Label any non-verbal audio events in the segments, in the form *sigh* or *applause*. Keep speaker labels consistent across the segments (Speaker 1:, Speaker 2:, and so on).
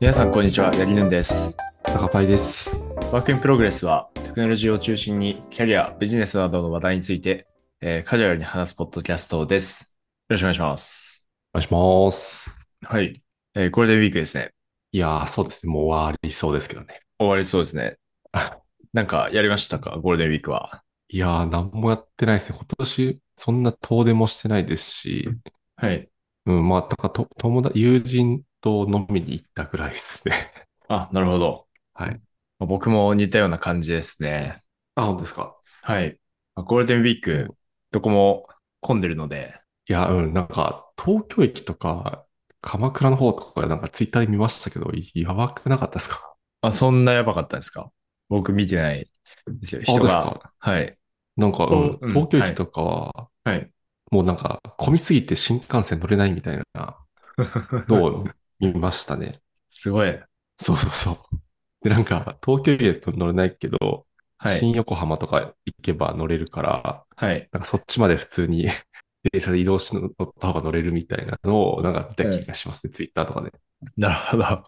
Speaker 1: 皆さん、こんにちは。ヤギヌンです。
Speaker 2: 高パイです。
Speaker 1: ワークインプログレスは、テクノロジーを中心に、キャリア、ビジネスなどの話題について、えーカジュアルに話すポッドキャストです。よろしくお願いします。
Speaker 2: お願いします。
Speaker 1: はい。えーゴールデンウィークですね。
Speaker 2: いやー、そうですね。もう終わりそうですけどね。
Speaker 1: 終わりそうですね。なんか、やりましたかゴールデンウィークは。
Speaker 2: いやー、なんもやってないですね。今年、そんな遠出もしてないですし、
Speaker 1: はい。
Speaker 2: うん、まあ、だからと、友達、友人と飲みに行ったぐらいですね。
Speaker 1: あ、なるほど。
Speaker 2: はい。
Speaker 1: まあ僕も似たような感じですね。
Speaker 2: *laughs* あ、本当ですか。
Speaker 1: はい。まあゴールデンウィーク、どこも混んでるので、
Speaker 2: いや、うん、なんか、東京駅とか、鎌倉の方とか、なんかツイッターで見ましたけど、やばくなかったですか
Speaker 1: あ、そんなやばかったんですか僕見てないですよ。人
Speaker 2: 本当です
Speaker 1: が。
Speaker 2: か。
Speaker 1: はい。
Speaker 2: なんか、うん
Speaker 1: うん
Speaker 2: 東京駅とかは、
Speaker 1: はい。
Speaker 2: もうなんか、混みすぎて新幹線乗れないみたいなのを見ましたね。
Speaker 1: すごい。
Speaker 2: そうそうそう。で、なんか、東京駅だと乗れないけど、
Speaker 1: はい。
Speaker 2: 新横浜とか行けば乗れるから、
Speaker 1: はい。
Speaker 2: なんかそっちまで普通に *laughs* 電車で移動して乗った方が乗れるみたいなのを、なんか見た気がしますね、ツイッターとかで。
Speaker 1: なるほど。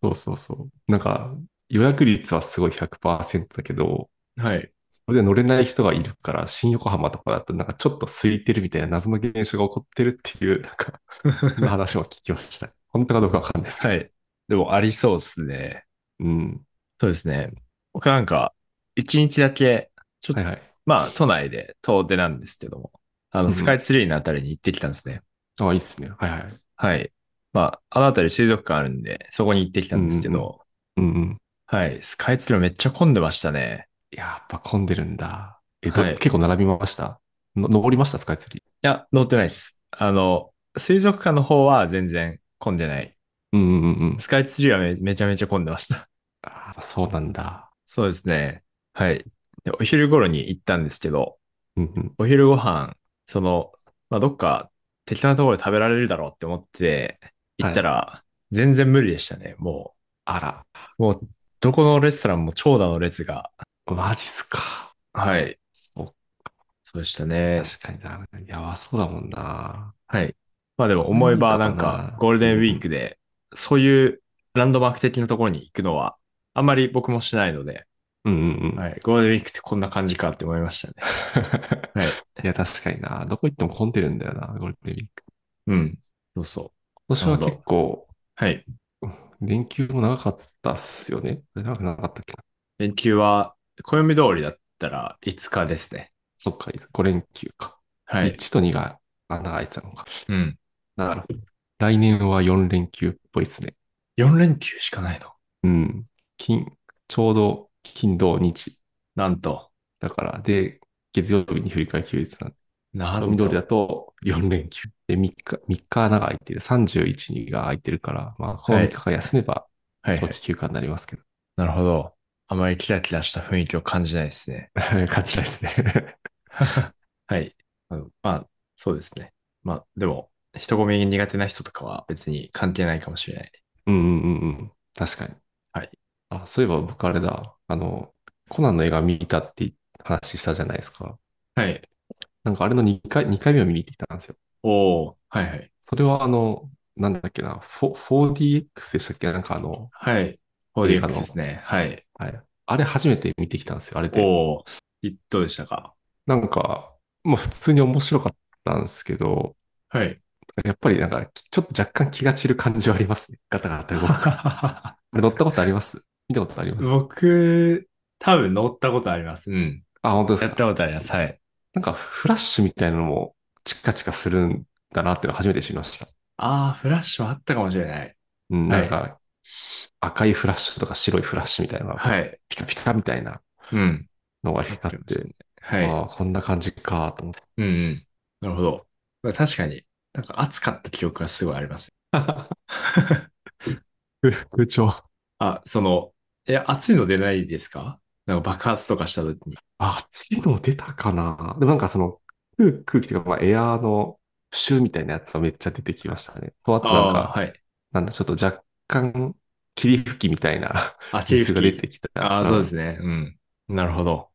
Speaker 2: そうそうそう。なんか、予約率はすごい100%だけど、
Speaker 1: はい。
Speaker 2: それで乗れない人がいるから、新横浜とかだとなんかちょっと空いてるみたいな謎の現象が起こってるっていう、な
Speaker 1: *laughs*
Speaker 2: んか、そんな話も聞きました。本当かどうかわかんないですけど。
Speaker 1: はい。でも、ありそうですね。
Speaker 2: うん。
Speaker 1: そうですね。僕なんか、一日だけ、ちょっと、
Speaker 2: はいはい。
Speaker 1: まあ、都内で遠出なんですけども、あ
Speaker 2: う
Speaker 1: の、
Speaker 2: ん
Speaker 1: スカイツリーのあたりに行ってきたんですね。
Speaker 2: あいいっすね。はいはい。
Speaker 1: はい。まあ、あのあたり水族館あるんで、そこに行ってきたんですけ
Speaker 2: うん
Speaker 1: ど、
Speaker 2: うんうん。
Speaker 1: はい。スカイツリーめっちゃ混んでましたね。
Speaker 2: やっぱ混んでるんだ。え、ど
Speaker 1: はい
Speaker 2: 結構並びましたの登りましたスカイツリー。
Speaker 1: いや、乗ってないです。あの、水族館の方は全然混んでない。
Speaker 2: うんうんうんうん。
Speaker 1: スカイツリーはめめちゃめちゃ混んでました。
Speaker 2: ああ、そうなんだ。
Speaker 1: そうですね。はい。でお昼頃に行ったんですけど、
Speaker 2: うんうん。
Speaker 1: お昼ご飯、その、まあ、どっか適当なところで食べられるだろうって思って行ったら、全然無理でしたね。も
Speaker 2: あら、
Speaker 1: う、もう、どこのレストランも長蛇の列が。
Speaker 2: マジっすか。
Speaker 1: はい。
Speaker 2: そう、
Speaker 1: そうでしたね。
Speaker 2: 確かにな。やばそうだもんな。
Speaker 1: はい。まあでも思えば
Speaker 2: な
Speaker 1: なんん
Speaker 2: だろうな
Speaker 1: かゴールデンウィークで、そういうランドマーク的なところに行くのは、あんまり僕もしないので、
Speaker 2: うんうんうん。 *laughs*
Speaker 1: はい。ゴールデンウィークってこんな感じかって思いましたね。はい
Speaker 2: い、や、確かにな。どこ行っても混んでるんだよな、ゴールデンウィーク。
Speaker 1: うん。そうそう。
Speaker 2: 今年は結構、
Speaker 1: はい。
Speaker 2: 連休も長かったっすよね。長くなかったっけな。
Speaker 1: 連休は、暦通りだったら5日ですね。
Speaker 2: そっか、5連休か。
Speaker 1: はい。
Speaker 2: 1と2が穴が開いてたのか。
Speaker 1: うん。
Speaker 2: だから、来年は4連休っぽいっすね。
Speaker 1: 4連休しかないの。
Speaker 2: うん。金、ちょうど金、土、日。
Speaker 1: なんと。
Speaker 2: だから、で、月曜日に振り替え休日なんで、
Speaker 1: なん
Speaker 2: 緑だ
Speaker 1: と。
Speaker 2: と4連休。で、3日、3日穴が空いてる。31、2が空いてるから、まあ、この3日が休めば、
Speaker 1: はい、
Speaker 2: 長
Speaker 1: はい。
Speaker 2: 期休暇になりま
Speaker 1: *laughs*
Speaker 2: すけど。
Speaker 1: なるほど。あまりキラキラした雰囲気を感じないですね。 *laughs*
Speaker 2: 感じないですね。
Speaker 1: はい。あのまあ、そうですね。まあ、でも、人混み苦手な人とかは別に関係ないかもしれない。
Speaker 2: *laughs* うんうんうんうん。確かに。
Speaker 1: はい。
Speaker 2: あ、そういえば僕あれだ。あの、コナンの映画見たって話したじゃないですか。
Speaker 1: はい。
Speaker 2: なんかあれの2回、二回目を見に行ってきたんですよ。
Speaker 1: おおはいはい。
Speaker 2: それはあの、なんだっけな、フォ 4DX でしたっけなんかあの、
Speaker 1: はい。
Speaker 2: 映画
Speaker 1: 4DX
Speaker 2: の
Speaker 1: ですね。はい。
Speaker 2: はい。あれ初めて見てきたんですよ、あれで。
Speaker 1: おおいどうでしたか
Speaker 2: なんか、まあ普通に面白かったんですけど、
Speaker 1: はい。
Speaker 2: やっぱりなんか、ちょっと若干気が散る感じはありますね。ガタガタ動く。あれ乗ったことあります見たことありま
Speaker 1: *laughs*
Speaker 2: す
Speaker 1: 僕、多分乗ったことあります。うん。
Speaker 2: あ、本当で
Speaker 1: やっ
Speaker 2: すか。
Speaker 1: たことあります。はい。
Speaker 2: なんかフラッシュみたいなのもチカチカするんだなっていうのは初めて知りました。
Speaker 1: ああ、フラッシュはあったかもしれない。
Speaker 2: うん、
Speaker 1: はい
Speaker 2: なんか、赤いフラッシュとか白いフラッシュみたいな、
Speaker 1: はい。
Speaker 2: ピカピカみたいな
Speaker 1: うん。
Speaker 2: のが光
Speaker 1: な
Speaker 2: っ
Speaker 1: ってます
Speaker 2: て、
Speaker 1: はい。
Speaker 2: ああ、こんな感じかと思って。
Speaker 1: うんうん。なるほど。まあ確かに、なんか暑かった記憶がすごいあります。
Speaker 2: *laughs* 空調。
Speaker 1: *laughs* あ、その、え、暑いの出ないですかなんか爆発とかした時に。
Speaker 2: あ、熱いの出たかなでもなんかその空、空気というか、まあ、エアーのプシューみたいなやつはめっちゃ出てきましたね。と、あとなん
Speaker 1: ああ
Speaker 2: か、
Speaker 1: ー、はい。
Speaker 2: なんだ、ちょっと若干、霧吹きみた
Speaker 1: *laughs*
Speaker 2: いな
Speaker 1: あ、霧
Speaker 2: 水
Speaker 1: 吹
Speaker 2: が
Speaker 1: き
Speaker 2: 出てきた。。
Speaker 1: ああ、そうですすね。うん。なるほど。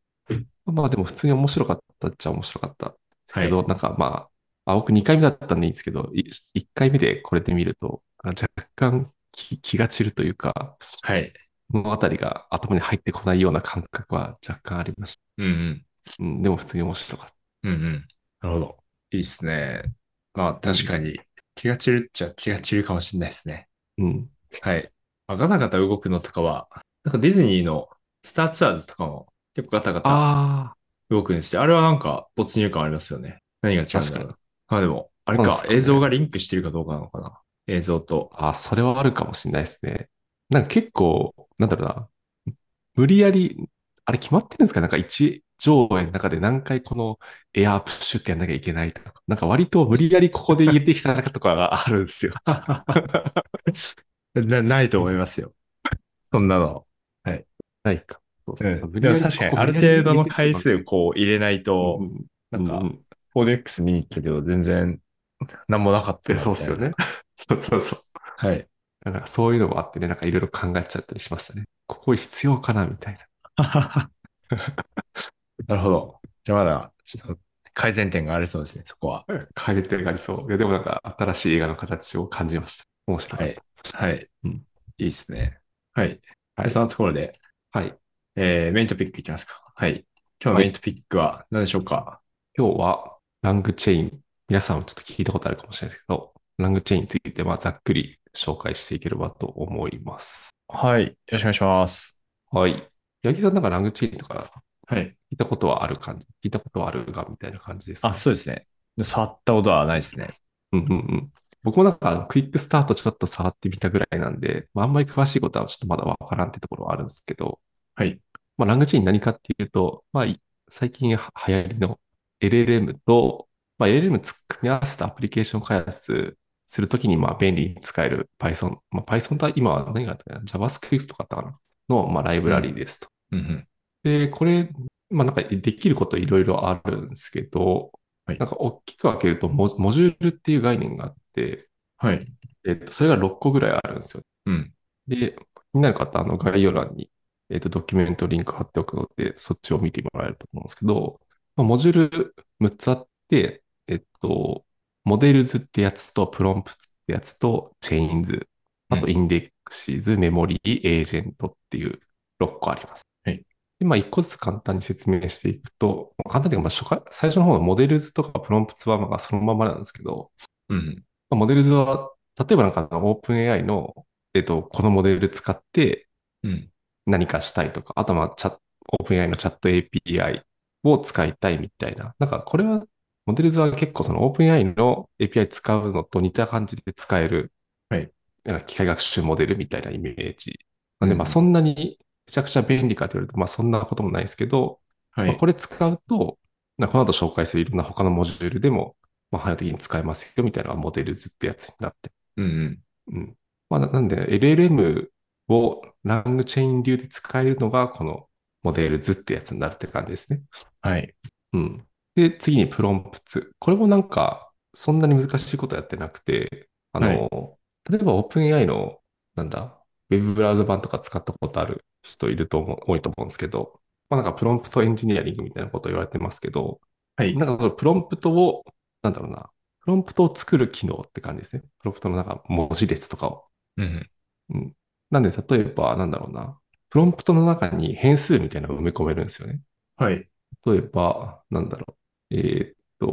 Speaker 2: まあでも普通に面白かったっちゃ面白かった。です
Speaker 1: はい
Speaker 2: けど、なんかまあ、あ、僕2回目だったんでいいんですけど、1回目でこれで見ると、あ若干気気が散るというか、
Speaker 1: はい。
Speaker 2: 物語が頭に入ってこないような感覚は若干ありまし
Speaker 1: うんうん。
Speaker 2: た。うん、でも普通に面白かっ
Speaker 1: うんうん。なるほど。いいっすね。まあ確かに気が散るっちゃ気が散るかもしれないですね。
Speaker 2: た。うん。
Speaker 1: はい。まあ、ガタガタ動くのとかは、なんかディズニーのスターツアーズとかも結構ガタガタ
Speaker 2: あ
Speaker 1: 動くんですよ。あれはなんか没入感ありますよね。何が違うんだ
Speaker 2: 確か
Speaker 1: ろ
Speaker 2: に
Speaker 1: う。まあでも、あれ
Speaker 2: そう
Speaker 1: か
Speaker 2: っ、すよね
Speaker 1: 映像がリンクしてるかどうかなのかな。映像と。
Speaker 2: あ、あそれはあるかもしれないですね。なんか結構、なんだろうな、無理やり、あれ決まってるんですかなんか一上映の中で何回このエアープッシュってやんなきゃいけないとか、なんか割と無理やりここで入れてきた中とかがあるんですよ。
Speaker 1: *laughs* なないと思いますよ。そんなの。
Speaker 2: ないか。そう
Speaker 1: う、
Speaker 2: そうん
Speaker 1: でも確かに、ある程度の回数こう入れないと、なんか、4DX 見に行ったけど、全然、なんもなかった
Speaker 2: え
Speaker 1: な
Speaker 2: そうっすよ。ね。 *laughs* そうそうそう。
Speaker 1: みたいなはい。
Speaker 2: なんかそういうのもあってね、なんかいろいろ考えちゃったりしましたね。ここ必要かなみたいな。
Speaker 1: *laughs* なるほど。じゃあまだ、ちょっと改善点がありそうですね、そこは。
Speaker 2: 変えてるがありそう。いや、でもなんか新しい映画の形を感じました。面白かった。
Speaker 1: はい。はい。
Speaker 2: うん
Speaker 1: いいですね。はい。
Speaker 2: はい
Speaker 1: そのところで、
Speaker 2: はい。
Speaker 1: えー、メイントピックいきますか。はい。今日のメイントピックは何でしょうか、
Speaker 2: 今日はラングチェイン。皆さんもちょっと聞いたことあるかもしれないですけど、ラングチェインについて、まあ、ざっくり紹介していければと思います。
Speaker 1: はい、よろしくお願いします。
Speaker 2: はい。八木さんなんかラングチェインとか
Speaker 1: はい。
Speaker 2: 聞いたことはある感じ、聞いたことはあるがみたいな感じですか
Speaker 1: あ、そうですね。触ったことはないですね。
Speaker 2: うんうんうん。僕もなんか、クイックスタートちょっと触ってみたぐらいなんで、まあ、あんまり詳しいことはちょっとまだわからんってところはあるんですけど、
Speaker 1: はい。
Speaker 2: まあ、ラングチェイン何かっていうと、まあ、い最近は流行りの LLM と、まあ、LLM つ組み合わせたアプリケーション開発するときに、まあ、便利に使える Python。まあ、Python とは今は何があったかな ?JavaScript とかあったかなの、まあ、ライブラリーですと。
Speaker 1: うんうん。
Speaker 2: で、これ、まあ、なんかできることいろいろあるんですけど、
Speaker 1: はい
Speaker 2: なんか大きく分けるとモ、モジュールっていう概念があって、
Speaker 1: はい。
Speaker 2: えっと、それが6個ぐらいあるんですよ。
Speaker 1: うん。
Speaker 2: で、気になる方、あの、概要欄に、えっと、ドキュメントリンク貼っておくので、そっちを見てもらえると思うんですけど、まあモジュール6つあって、えっと、モデルズってやつと、プロンプツってやつと、チェインズ、あ
Speaker 1: う
Speaker 2: と、
Speaker 1: ん
Speaker 2: インデックシーズ、メモリー、エージェントっていう6個あります。
Speaker 1: はい
Speaker 2: で、まあ、1個ずつ簡単に説明していくと、簡単にというか、まあ、初回、最初の方のモデルズとかプロンプツはまあそのままなんですけど、
Speaker 1: うん。
Speaker 2: まあモデルズは、例えばなんかオープン AI の、えっと、このモデル使って
Speaker 1: うん。
Speaker 2: 何かしたいとか、あとまあチャット、オープン AI のチャット API を使いたいみたいな。なんかこれは、モデルズは結構そのオープン AI の API 使うのと似た感じで使える、
Speaker 1: はい
Speaker 2: なんか機械学習モデルみたいなイメージ。なんでま
Speaker 1: う
Speaker 2: あ
Speaker 1: ん
Speaker 2: そんなにめちゃくちゃ便利かと言われると、まあそんなこともないですけど、
Speaker 1: は
Speaker 2: まあ
Speaker 1: い。
Speaker 2: これ使うと、なこの後紹介するいろんな他のモジュールでも、まあ、汎用的に使えますよみたいなのがモデルズってやつになって。
Speaker 1: うんうん。
Speaker 2: うん。まあ、ななんで、LLM をラングチェイン流で使えるのが、このモデルズってやつになるって感じですね。
Speaker 1: はい。
Speaker 2: うん。で、次にプロンプツ。これもなんか、そんなに難しいことやってなくて、あの、例えば OpenAI の、なんだ、ウェブブラウザ版とか使ったことある人いると思う、多いと思うんですけど、まあなんかプロンプトエンジニアリングみたいなこと言われてますけど、
Speaker 1: はい。
Speaker 2: なんかそのプロンプトを、なんだろうな、プロンプトを作る機能って感じですね。プロンプトのなんか文字列とかを。
Speaker 1: うん。
Speaker 2: うん。なんで、例えば、なんだろうな、プロンプトの中に変数みたいなのを埋め込めるんですよね。
Speaker 1: はい。
Speaker 2: 例えば、なんだろう、えーっと、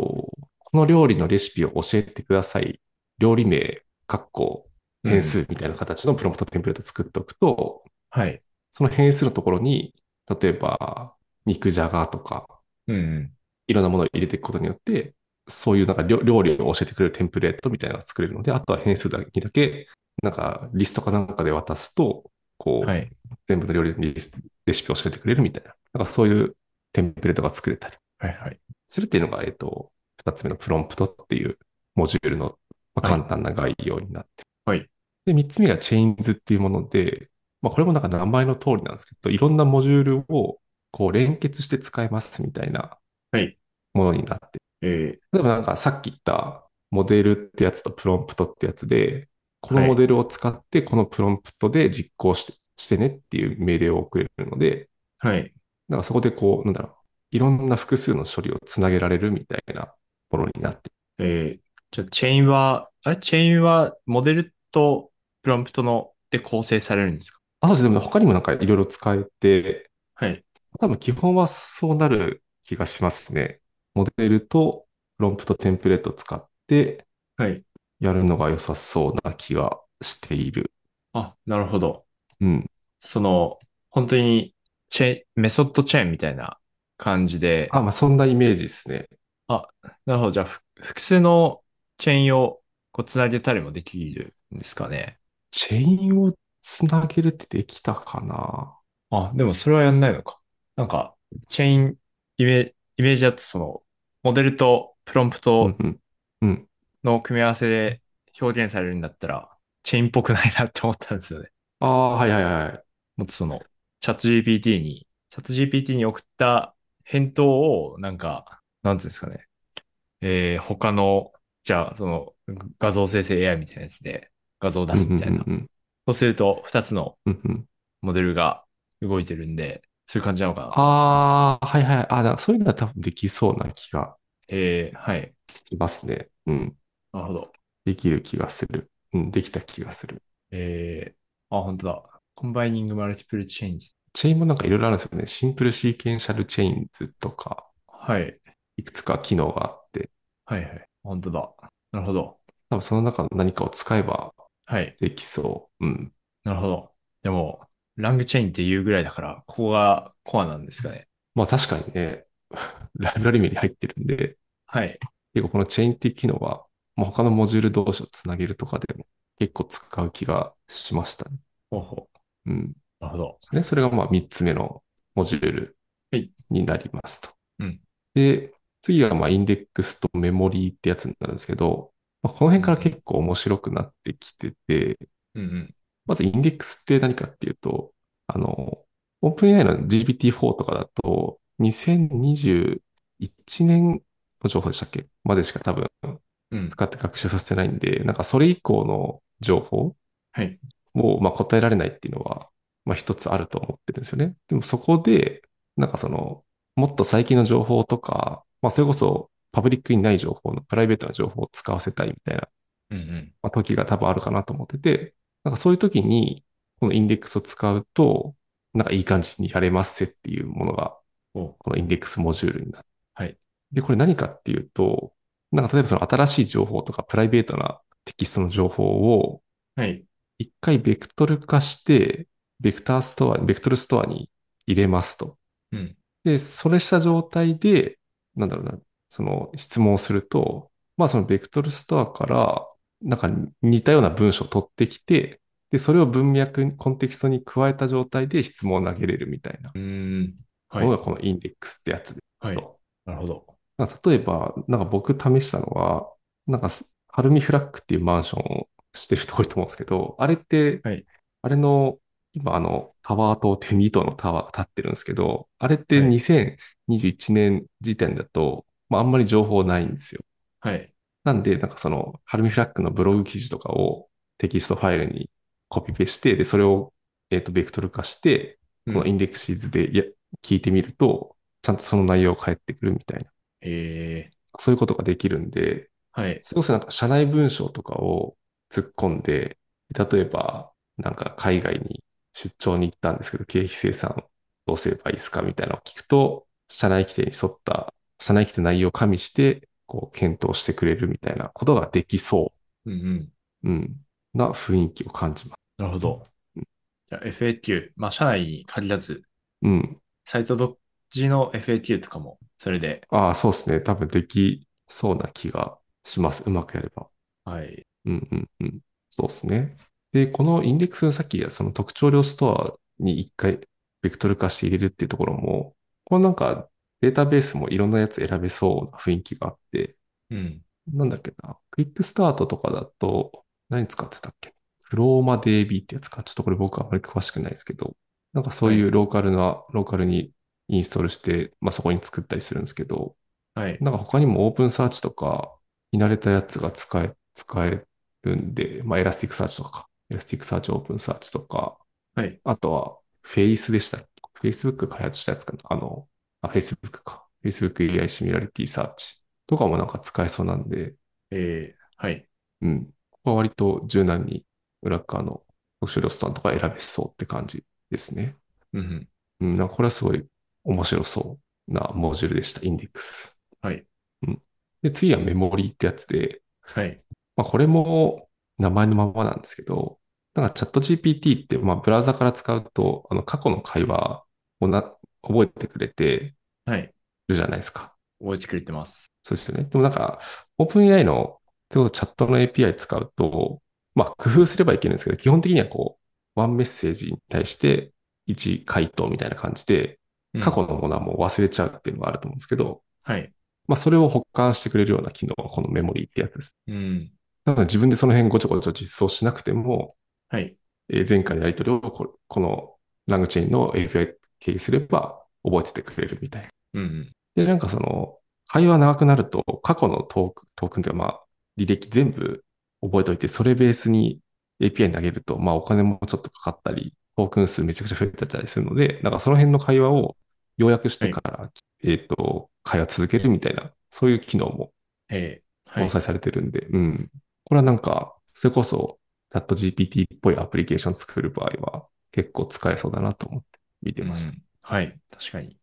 Speaker 2: この料理のレシピを教えてください。料理名、括弧、変数みたいな形のプロンプトテンプレート作っておくと、
Speaker 1: はい。
Speaker 2: その変数のところに、例えば、肉じゃがとか、
Speaker 1: うんうん。
Speaker 2: いろんなものを入れていくことによって、そういうなんか料料理を教えてくれるテンプレートみたいなのが作れるので、あとは変数だけにだけ、なんかリストかなんかで渡すと、こう、
Speaker 1: はい。
Speaker 2: 全部の料理のリスレシピを教えてくれるみたいな、なんかそういうテンプレートが作れたり
Speaker 1: はい。はい。
Speaker 2: するっていうのが、えっと、二つ目のプロンプトっていうモジュールの、まあ
Speaker 1: はい
Speaker 2: 簡単な概要になって。
Speaker 1: はい。
Speaker 2: で、三つ目がチェインズっていうもので、まあこれもなんか名前の通りなんですけど、いろんなモジュールをこう連結して使えますみたいな
Speaker 1: はい
Speaker 2: ものになって
Speaker 1: え
Speaker 2: 例えばなんかさっき言ったモデルってやつとプロンプトってやつで、この
Speaker 1: はい
Speaker 2: モデルを使ってこのプロンプトで実行してしてねっていう命令を送れるので、
Speaker 1: ー、はい。
Speaker 2: なんかそこでこう、なんだろう、いろんな複数の処理をつなげられるみたいなものになって
Speaker 1: えー、じゃあチェインは、あれチェインはモデルとプロンプトので構成されるんですか
Speaker 2: あ、そうです。でもね他にもなんかいろいろ使えて、
Speaker 1: はい。
Speaker 2: 多分基本はそうなる気がしますね。モデルとプロンプトテンプレートを使って
Speaker 1: はい。
Speaker 2: やるのが良さそうな気がしている。
Speaker 1: あ、なるほど。
Speaker 2: うん。
Speaker 1: その、本当にチェーン、メソッドチェーンみたいな感じで、
Speaker 2: あ、まあそんなイメージですね。
Speaker 1: なるほど。じゃあ、ふ複数のチェーンをこう繋げたりもできるんですかね。
Speaker 2: チェインをつなげるってできたかな
Speaker 1: あ、でもそれはやんないのか。なんか、チェイン、イメ、イメージだとその、モデルとプロンプ
Speaker 2: う
Speaker 1: ト
Speaker 2: んうん。うん。
Speaker 1: の組み合わせで表現されるんだったら、チェインっぽくないなって思ったんですよね。
Speaker 2: ああ、はいはいはい。
Speaker 1: もっとその、チャット GPT に、チャット GPT に送った返答を、なんか、なんていうんですかね。えー、他の、じゃあ、その、画像生成 AI みたいなやつで画像を出すみたいな。
Speaker 2: うん
Speaker 1: そうすると、二つの
Speaker 2: うんうんうんうん。
Speaker 1: モデルが動いてるんで、そういう感じなのかな。
Speaker 2: ああ、はいはい。あ、だそういうのは多分できそうな気が
Speaker 1: えー、はい。
Speaker 2: しますね。うん。
Speaker 1: なるほど。
Speaker 2: できる気がする。うん、できた気がする。
Speaker 1: えー、あ、本当だ。コンバイニングマルティプルチェインズ。
Speaker 2: チェインもなんかいろいろあるんですよね。シンプルシーケンシャルチェインズとか、
Speaker 1: はい。
Speaker 2: いくつか機能があって、
Speaker 1: はいはい。本当だ。なるほど。
Speaker 2: 多分その中の何かを使えば
Speaker 1: はい。
Speaker 2: できそう。うん。
Speaker 1: なるほど。でも、ラングチェインっていうぐらいだから、ここがコアなんですかね。
Speaker 2: まあ確かにね、 *laughs* ライブラリ名に入ってるんで、
Speaker 1: はい。
Speaker 2: 結構このチェインっていう機能は、まあ、他のモジュール同士をつなげるとかでも結構使う気がしましたね。
Speaker 1: ほうほう。
Speaker 2: うん。で
Speaker 1: なるほど。
Speaker 2: すね。それがまあ3つ目のモジュール
Speaker 1: はい
Speaker 2: になりますと。
Speaker 1: うん
Speaker 2: で、次がまあインデックスとメモリーってやつになるんですけど、まあ、この辺から結構面白くなってきてて、
Speaker 1: うんうん。
Speaker 2: まずインデックスって何かっていうと、あの、OpenAI の GPT-4 とかだと、2021年の情報でしたっけまでしか多分
Speaker 1: うん。
Speaker 2: 使って学習させてないんで、なんかそれ以降の情報
Speaker 1: はい。
Speaker 2: をまあ答えられないっていうのは、まあ一つあると思ってるんですよね。でもそこで、なんかその、もっと最近の情報とか、まあそれこそパブリックにない情報のプライベートな情報を使わせたいみたいな
Speaker 1: うんうん。
Speaker 2: まあ、時が多分あるかなと思ってて、なんかそういう時に、このインデックスを使うと、なんかいい感じにやれますっていうものが、
Speaker 1: おう
Speaker 2: このインデックスモジュールになって。
Speaker 1: はい。
Speaker 2: で、これ何かっていうと、なんか例えばその新しい情報とかプライベートなテキストの情報を
Speaker 1: はい。
Speaker 2: 一回ベクトル化して、ベクターストア、ベクトルストアに入れますと。
Speaker 1: うん。
Speaker 2: で、それした状態で、なんだろうな、その質問をすると、まあそのベクトルストアから、なんか似たような文章を取ってきて、で、それを文脈に、コンテキストに加えた状態で質問を投げれるみたいな
Speaker 1: うーん。は
Speaker 2: もの
Speaker 1: い。
Speaker 2: がこのインデックスってやつで。
Speaker 1: はい。なるほど。
Speaker 2: なんか例えば、なんか僕試したのは、なんかす、ハルミフラッグっていうマンションをしてる人多いと思うんですけど、あれって、
Speaker 1: はい
Speaker 2: あれの、今あの、タワー棟って2棟のタワーが立ってるんですけど、あれって
Speaker 1: はい
Speaker 2: 2021年時点だと、まああんまり情報ないんですよ。
Speaker 1: はい。
Speaker 2: なんで、なんかその、ハルミフラッグのブログ記事とかをテキストファイルにコピペして、で、それを、えっと、ベクトル化して、
Speaker 1: う
Speaker 2: こ
Speaker 1: ん
Speaker 2: のインデックスシーズでや聞いてみると、ちゃんとその内容が返ってくるみたいな。
Speaker 1: え
Speaker 2: そういうことができるんで、
Speaker 1: ー、はい。
Speaker 2: それこそなんか社内文章とかを突っ込んで、例えばなんか海外に出張に行ったんですけど、経費生産どうすればいいですかみたいなのを聞くと、社内規定に沿った、社内規定内容を加味して、こう検討してくれるみたいなことができそ
Speaker 1: うんうん。
Speaker 2: う、うん、な雰囲気を感じます。
Speaker 1: なるほど。じゃあ FAQ、まあ、社内に限らず、
Speaker 2: うん。
Speaker 1: サイト独自の FAQ とかも、それで、
Speaker 2: ああ、そうですね。多分できそうな気がします。うまくやれば。
Speaker 1: はい。
Speaker 2: うんうんうん。そうですね。で、このインデックスのさっき、その特徴量ストアに一回ベクトル化して入れるっていうところも、このなんかデータベースもいろんなやつ選べそうな雰囲気があって、
Speaker 1: うん。
Speaker 2: なんだっけな、クイックスタートとかだと、何使ってたっけクローマ DB ってやつか。ちょっとこれ僕はあまり詳しくないですけど、なんかそういうローカルな、ローカルにインストールして、まあそこに作ったりするんですけど、
Speaker 1: はい。
Speaker 2: なんか他にもオープンサーチとか、見慣れたやつが使え、使えるんで、まあ、エラスティックサーチとかか、エラスティックサーチ、オープンサーチとか、
Speaker 1: はい。
Speaker 2: あとは、フェイスでしたっけ ?Facebook が開発したやつかなあの、あ、Facebook か。Facebook AI シミュラリティサーチとかもなんか使えそうなんで、
Speaker 1: えー、はい。
Speaker 2: うん。ここは割と柔軟に、裏側の読書量産とか選べそうって感じですね。
Speaker 1: うん。
Speaker 2: うん、なんかこれはすごい面白そうなモジュールでした、インデックス。
Speaker 1: はい。
Speaker 2: で、次はメモリーってやつで、
Speaker 1: はい。
Speaker 2: まあ、これも名前のままなんですけど、なんかチャット GPT って、まあ、ブラウザから使うと、あの、過去の会話をな、覚えてくれて
Speaker 1: はい。
Speaker 2: るじゃないですか。
Speaker 1: 覚えてくれてます。
Speaker 2: そうですよね。でもなんか、OpenAI の、それこそチャットの API 使うと、まあ、工夫すればいけるんですけど、基本的にはこう、ワンメッセージに対して1回答みたいな感じで、過去
Speaker 1: うん。
Speaker 2: のものはもう忘れちゃうっていうのがあると思うんですけど、
Speaker 1: はい。
Speaker 2: まあ、それを保管してくれるような機能はこのメモリーってやつです。
Speaker 1: うん。
Speaker 2: なので自分でその辺ごちょごちょ実装しなくても、
Speaker 1: はい。
Speaker 2: えー前回のやり取りをここのラングチェーンの API 経由すれば覚えててくれるみたいな。
Speaker 1: うん。
Speaker 2: で、なんかその、会話長くなると、過去のトーク、トークンというか、まあ、履歴全部覚えておいて、それベースに API に投げると、まあ、お金もちょっとかかったり、トークン数めちゃくちゃ増えてたりするので、なんかその辺の会話を要約してから、えっと、会話続けるみたいな、そういう機能も
Speaker 1: えー、は
Speaker 2: 搭
Speaker 1: い。
Speaker 2: 載されてるんで、うん。これはなんか、それこそ、チャット GPT っぽいアプリケーション作る場合は、結構使えそうだなと思って見てました。
Speaker 1: うんはい。確かに。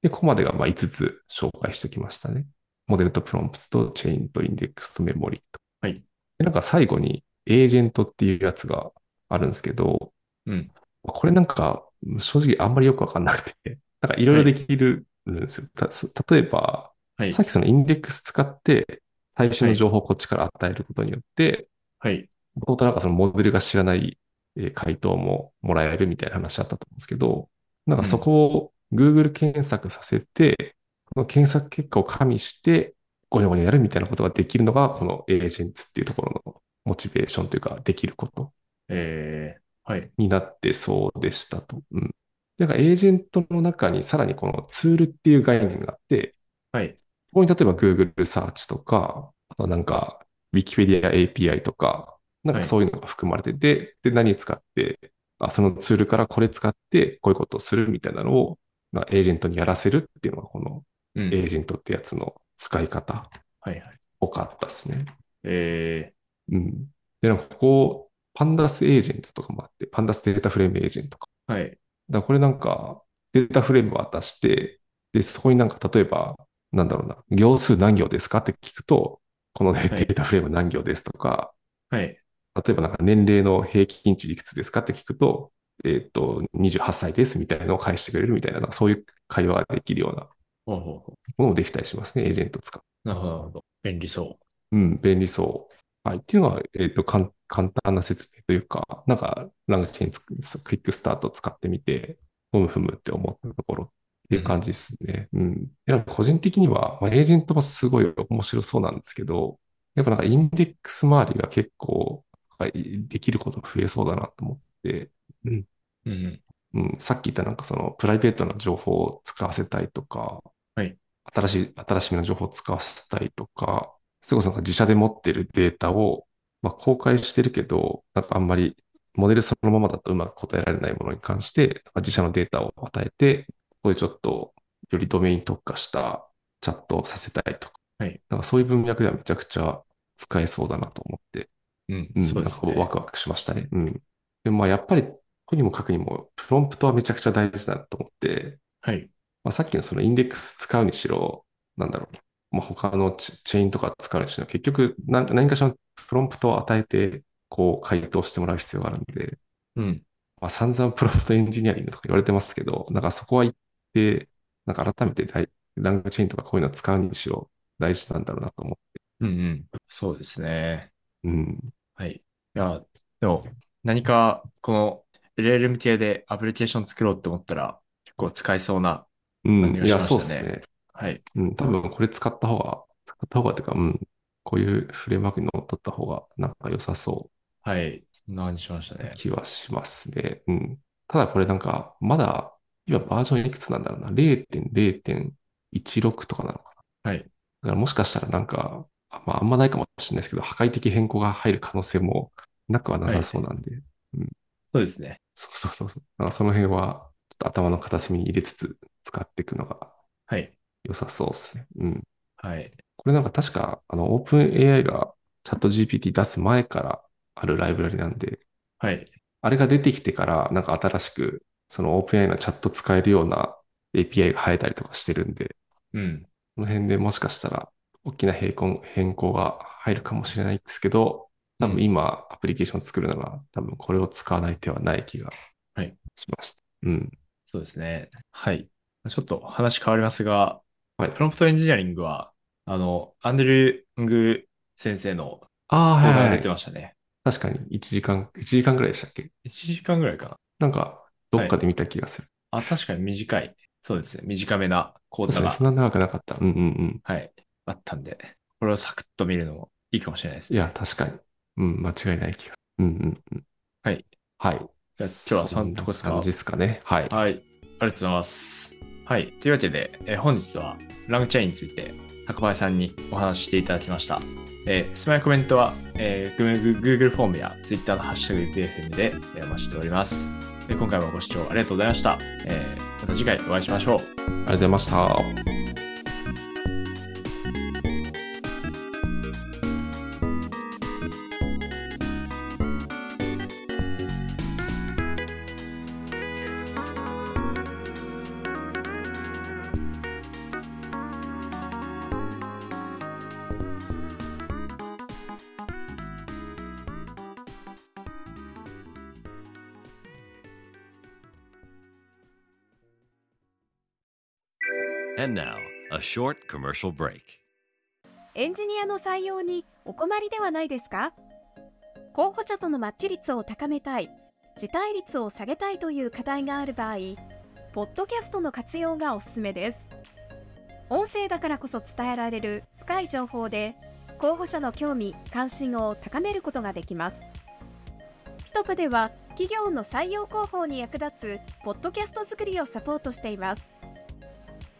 Speaker 2: で、ここまでがまあ5つ紹介してきましたね。モデルとプロンプトとチェインとインデックスとメモリと。
Speaker 1: はい。
Speaker 2: で、なんか最後にエージェントっていうやつがあるんですけど、
Speaker 1: うん。
Speaker 2: これなんか正直あんまりよくわかんなくて、 *laughs* なんかいろいろできるんですよ。たす例えば、
Speaker 1: はい
Speaker 2: さ。っきそのインデックス使って最新の情報をこっちから与えることによって、
Speaker 1: はい。
Speaker 2: 本当なんかそのモデルが知らないえー回答ももらえるみたいな話あったと思うんですけど、なんかそこを Google 検索させて、この検索結果を加味して、ゴニョゴニョやるみたいなことができるのが、このエージェンツっていうところのモチベーションというか、できること
Speaker 1: えー、はい。
Speaker 2: になってそうでしたと。うん。なんかエージェントの中にさらにこのツールっていう概念があって、
Speaker 1: はい。
Speaker 2: ここに例えば Google Search とか、あとなんか Wikipedia API とか、なんかそういうのが含まれてて、で、何使って、あ、そのツールからこれ使ってこういうことをするみたいなのを、まあ、エージェントにやらせるっていうのがこの
Speaker 1: うん。
Speaker 2: エージェントってやつの使い方
Speaker 1: はいはい。
Speaker 2: 多かったですね。
Speaker 1: え
Speaker 2: うん。で、なんかここ、パンダスエージェントとかもあって、パンダスデータフレームエージェントか。
Speaker 1: ー、はい。
Speaker 2: だからこれなんか、データフレーム渡して、で、そこになんか例えば、なんだろうな、行数何行ですかって聞くと、このね、
Speaker 1: はい
Speaker 2: データフレーム何行ですとか、
Speaker 1: はい。
Speaker 2: 例えばなんか年齢の平均値いくつですかって聞くと、えっと、28歳ですみたいなのを返してくれるみたいな、なんかそういう会話ができるような
Speaker 1: ほうほうほ
Speaker 2: ものもできたりしますね、エージェント使う。
Speaker 1: う。なるほど、なるほど。便利そ
Speaker 2: うん、便利そう。はい。っていうのは、えっと、かん簡単な説明というか、なんか、ラングチェーンつくクイックスタート使ってみて、ふむふむって思ったところっていう感じですね。うん。でなんか個人的には、まあ、エージェントもすごい面白そうなんですけど、やっぱなんかインデックス周りが結構、なんかできること増えそうだなと思って、
Speaker 1: う。うん。
Speaker 2: うん、さっき言ったなんかそのプライベートな情報を使わせたいとか、
Speaker 1: はい
Speaker 2: 新しい、新しめの情報を使わせたいとか、それこそなんか自社で持ってるデータを、まあ、公開してるけど、なんかあんまりモデルそのままだとうまく答えられないものに関して、なんか自社のデータを与えて、ここでちょっとよりドメインに特化したチャットをさせたいとか、
Speaker 1: はい
Speaker 2: なんかそういう文脈ではめちゃくちゃ使えそうだなと思って、
Speaker 1: うん。
Speaker 2: うん、
Speaker 1: そうですね。
Speaker 2: なんかワクワクしましたね。うん。でもまあやっぱり、とにもかくにも、プロンプトはめちゃくちゃ大事だと思って、
Speaker 1: はい。
Speaker 2: まあ、さっきのそのインデックス使うにしろ、なんだろうな、まあ、他のチェチェインとか使うにしろ、結局なんか何かしらのプロンプトを与えて、こう回答してもらう必要があるんで、
Speaker 1: うん。
Speaker 2: まあ、散々プロンプトエンジニアリングとか言われてますけど、なんかそこは言って、なんか改めて大ラングチェインとかこういうの使うにしろ大事なんだろうなと思って。
Speaker 1: うんうん。そうですね。
Speaker 2: うん。
Speaker 1: はい。いや、でも、何か、この LLM 系でアプリケーション作ろうって思ったら、結構使えそうな。
Speaker 2: うん。
Speaker 1: 感じが
Speaker 2: い
Speaker 1: し
Speaker 2: や、
Speaker 1: ました
Speaker 2: そ
Speaker 1: ね
Speaker 2: うですね。
Speaker 1: はい。
Speaker 2: うん、多分これ使った方が、使った方がっていうか、うん、こういうフレームワークに乗っ取った方がなんか良さそ
Speaker 1: はい。そんな感じしました
Speaker 2: うな
Speaker 1: ね。
Speaker 2: 気はしますね。うん。ただこれなんか、まだ、今バージョンいくつなんだろうな、0.0.16とかなのかな。
Speaker 1: はい。
Speaker 2: だからもしかしたらなんか、あまあ、あんまないかもしれないですけど、破壊的変更が入る可能性もなくはなさそうなんで、
Speaker 1: そうですね。
Speaker 2: そうそうそうそう。なんかその辺は、ちょっと頭の片隅に入れつつ使っていくのが
Speaker 1: はい。
Speaker 2: 良さそうですね。うん。
Speaker 1: はい。
Speaker 2: これなんか確か、あの、オープン AI がチャット GPT 出す前からあるライブラリなんで、
Speaker 1: はい。
Speaker 2: あれが出てきてから、なんか新しく、その OpenAI のチャット使えるような API が生えたりとかしてるんで、
Speaker 1: うん。
Speaker 2: この辺でもしかしたら大きな変更変更が入るかもしれないですけど、多分今アプリケーション作るなら、多分これを使わない手はない気が
Speaker 1: はい
Speaker 2: しました。うん。
Speaker 1: そうですね。はい。ちょっと話変わりますが、
Speaker 2: はい
Speaker 1: プロンプトエンジニアリングは、あの、アンドリュー・ング先生の動
Speaker 2: ああ、
Speaker 1: 画
Speaker 2: はい、
Speaker 1: が
Speaker 2: は
Speaker 1: 出て
Speaker 2: い。
Speaker 1: ましたね。
Speaker 2: 確かに1時間、一時間ぐらいでしたっけ
Speaker 1: 1時間ぐらいかな。
Speaker 2: なんか、どっかで見た気がする。
Speaker 1: あ、確かに短い。そうですね。短めな講
Speaker 2: そうです
Speaker 1: 座が、
Speaker 2: ね。そんな長くなかった。うんうんうん。
Speaker 1: はい、あったんで、これをサクッと見るのもいいかもしれないです
Speaker 2: い
Speaker 1: ね。
Speaker 2: や、確かに。うん、間違いない気がする。うんうんうん。
Speaker 1: はい。
Speaker 2: はい。
Speaker 1: じゃあ今日はそんなとこですか
Speaker 2: 感じですかね。はい。
Speaker 1: はい。ありがとうございます。はい。というわけで、えー本日はラングチェーンについて、高林さんにお話ししていただきました。えー、質問やコメントは、えー、Google フォームや Twitter のハッシュタグ BFM でえーお待ちしております。えー今回もご視聴ありがとうございました。えーまた次回お会いしましょう。
Speaker 2: ありがとうございました。
Speaker 3: And now, a short commercial break.
Speaker 4: エンジニアの採用にお困りではないですか候補者とのマッチ率を高めたい、辞退率を下げたいという課題がある場合、ポッドキャストの活用がおすすめです。音声だからこそ伝えられる深い情報で、候補者の興味・関心を高めることができます。ピトプでは企業の採用広報に役立つポッドキャスト作りをサポートしています。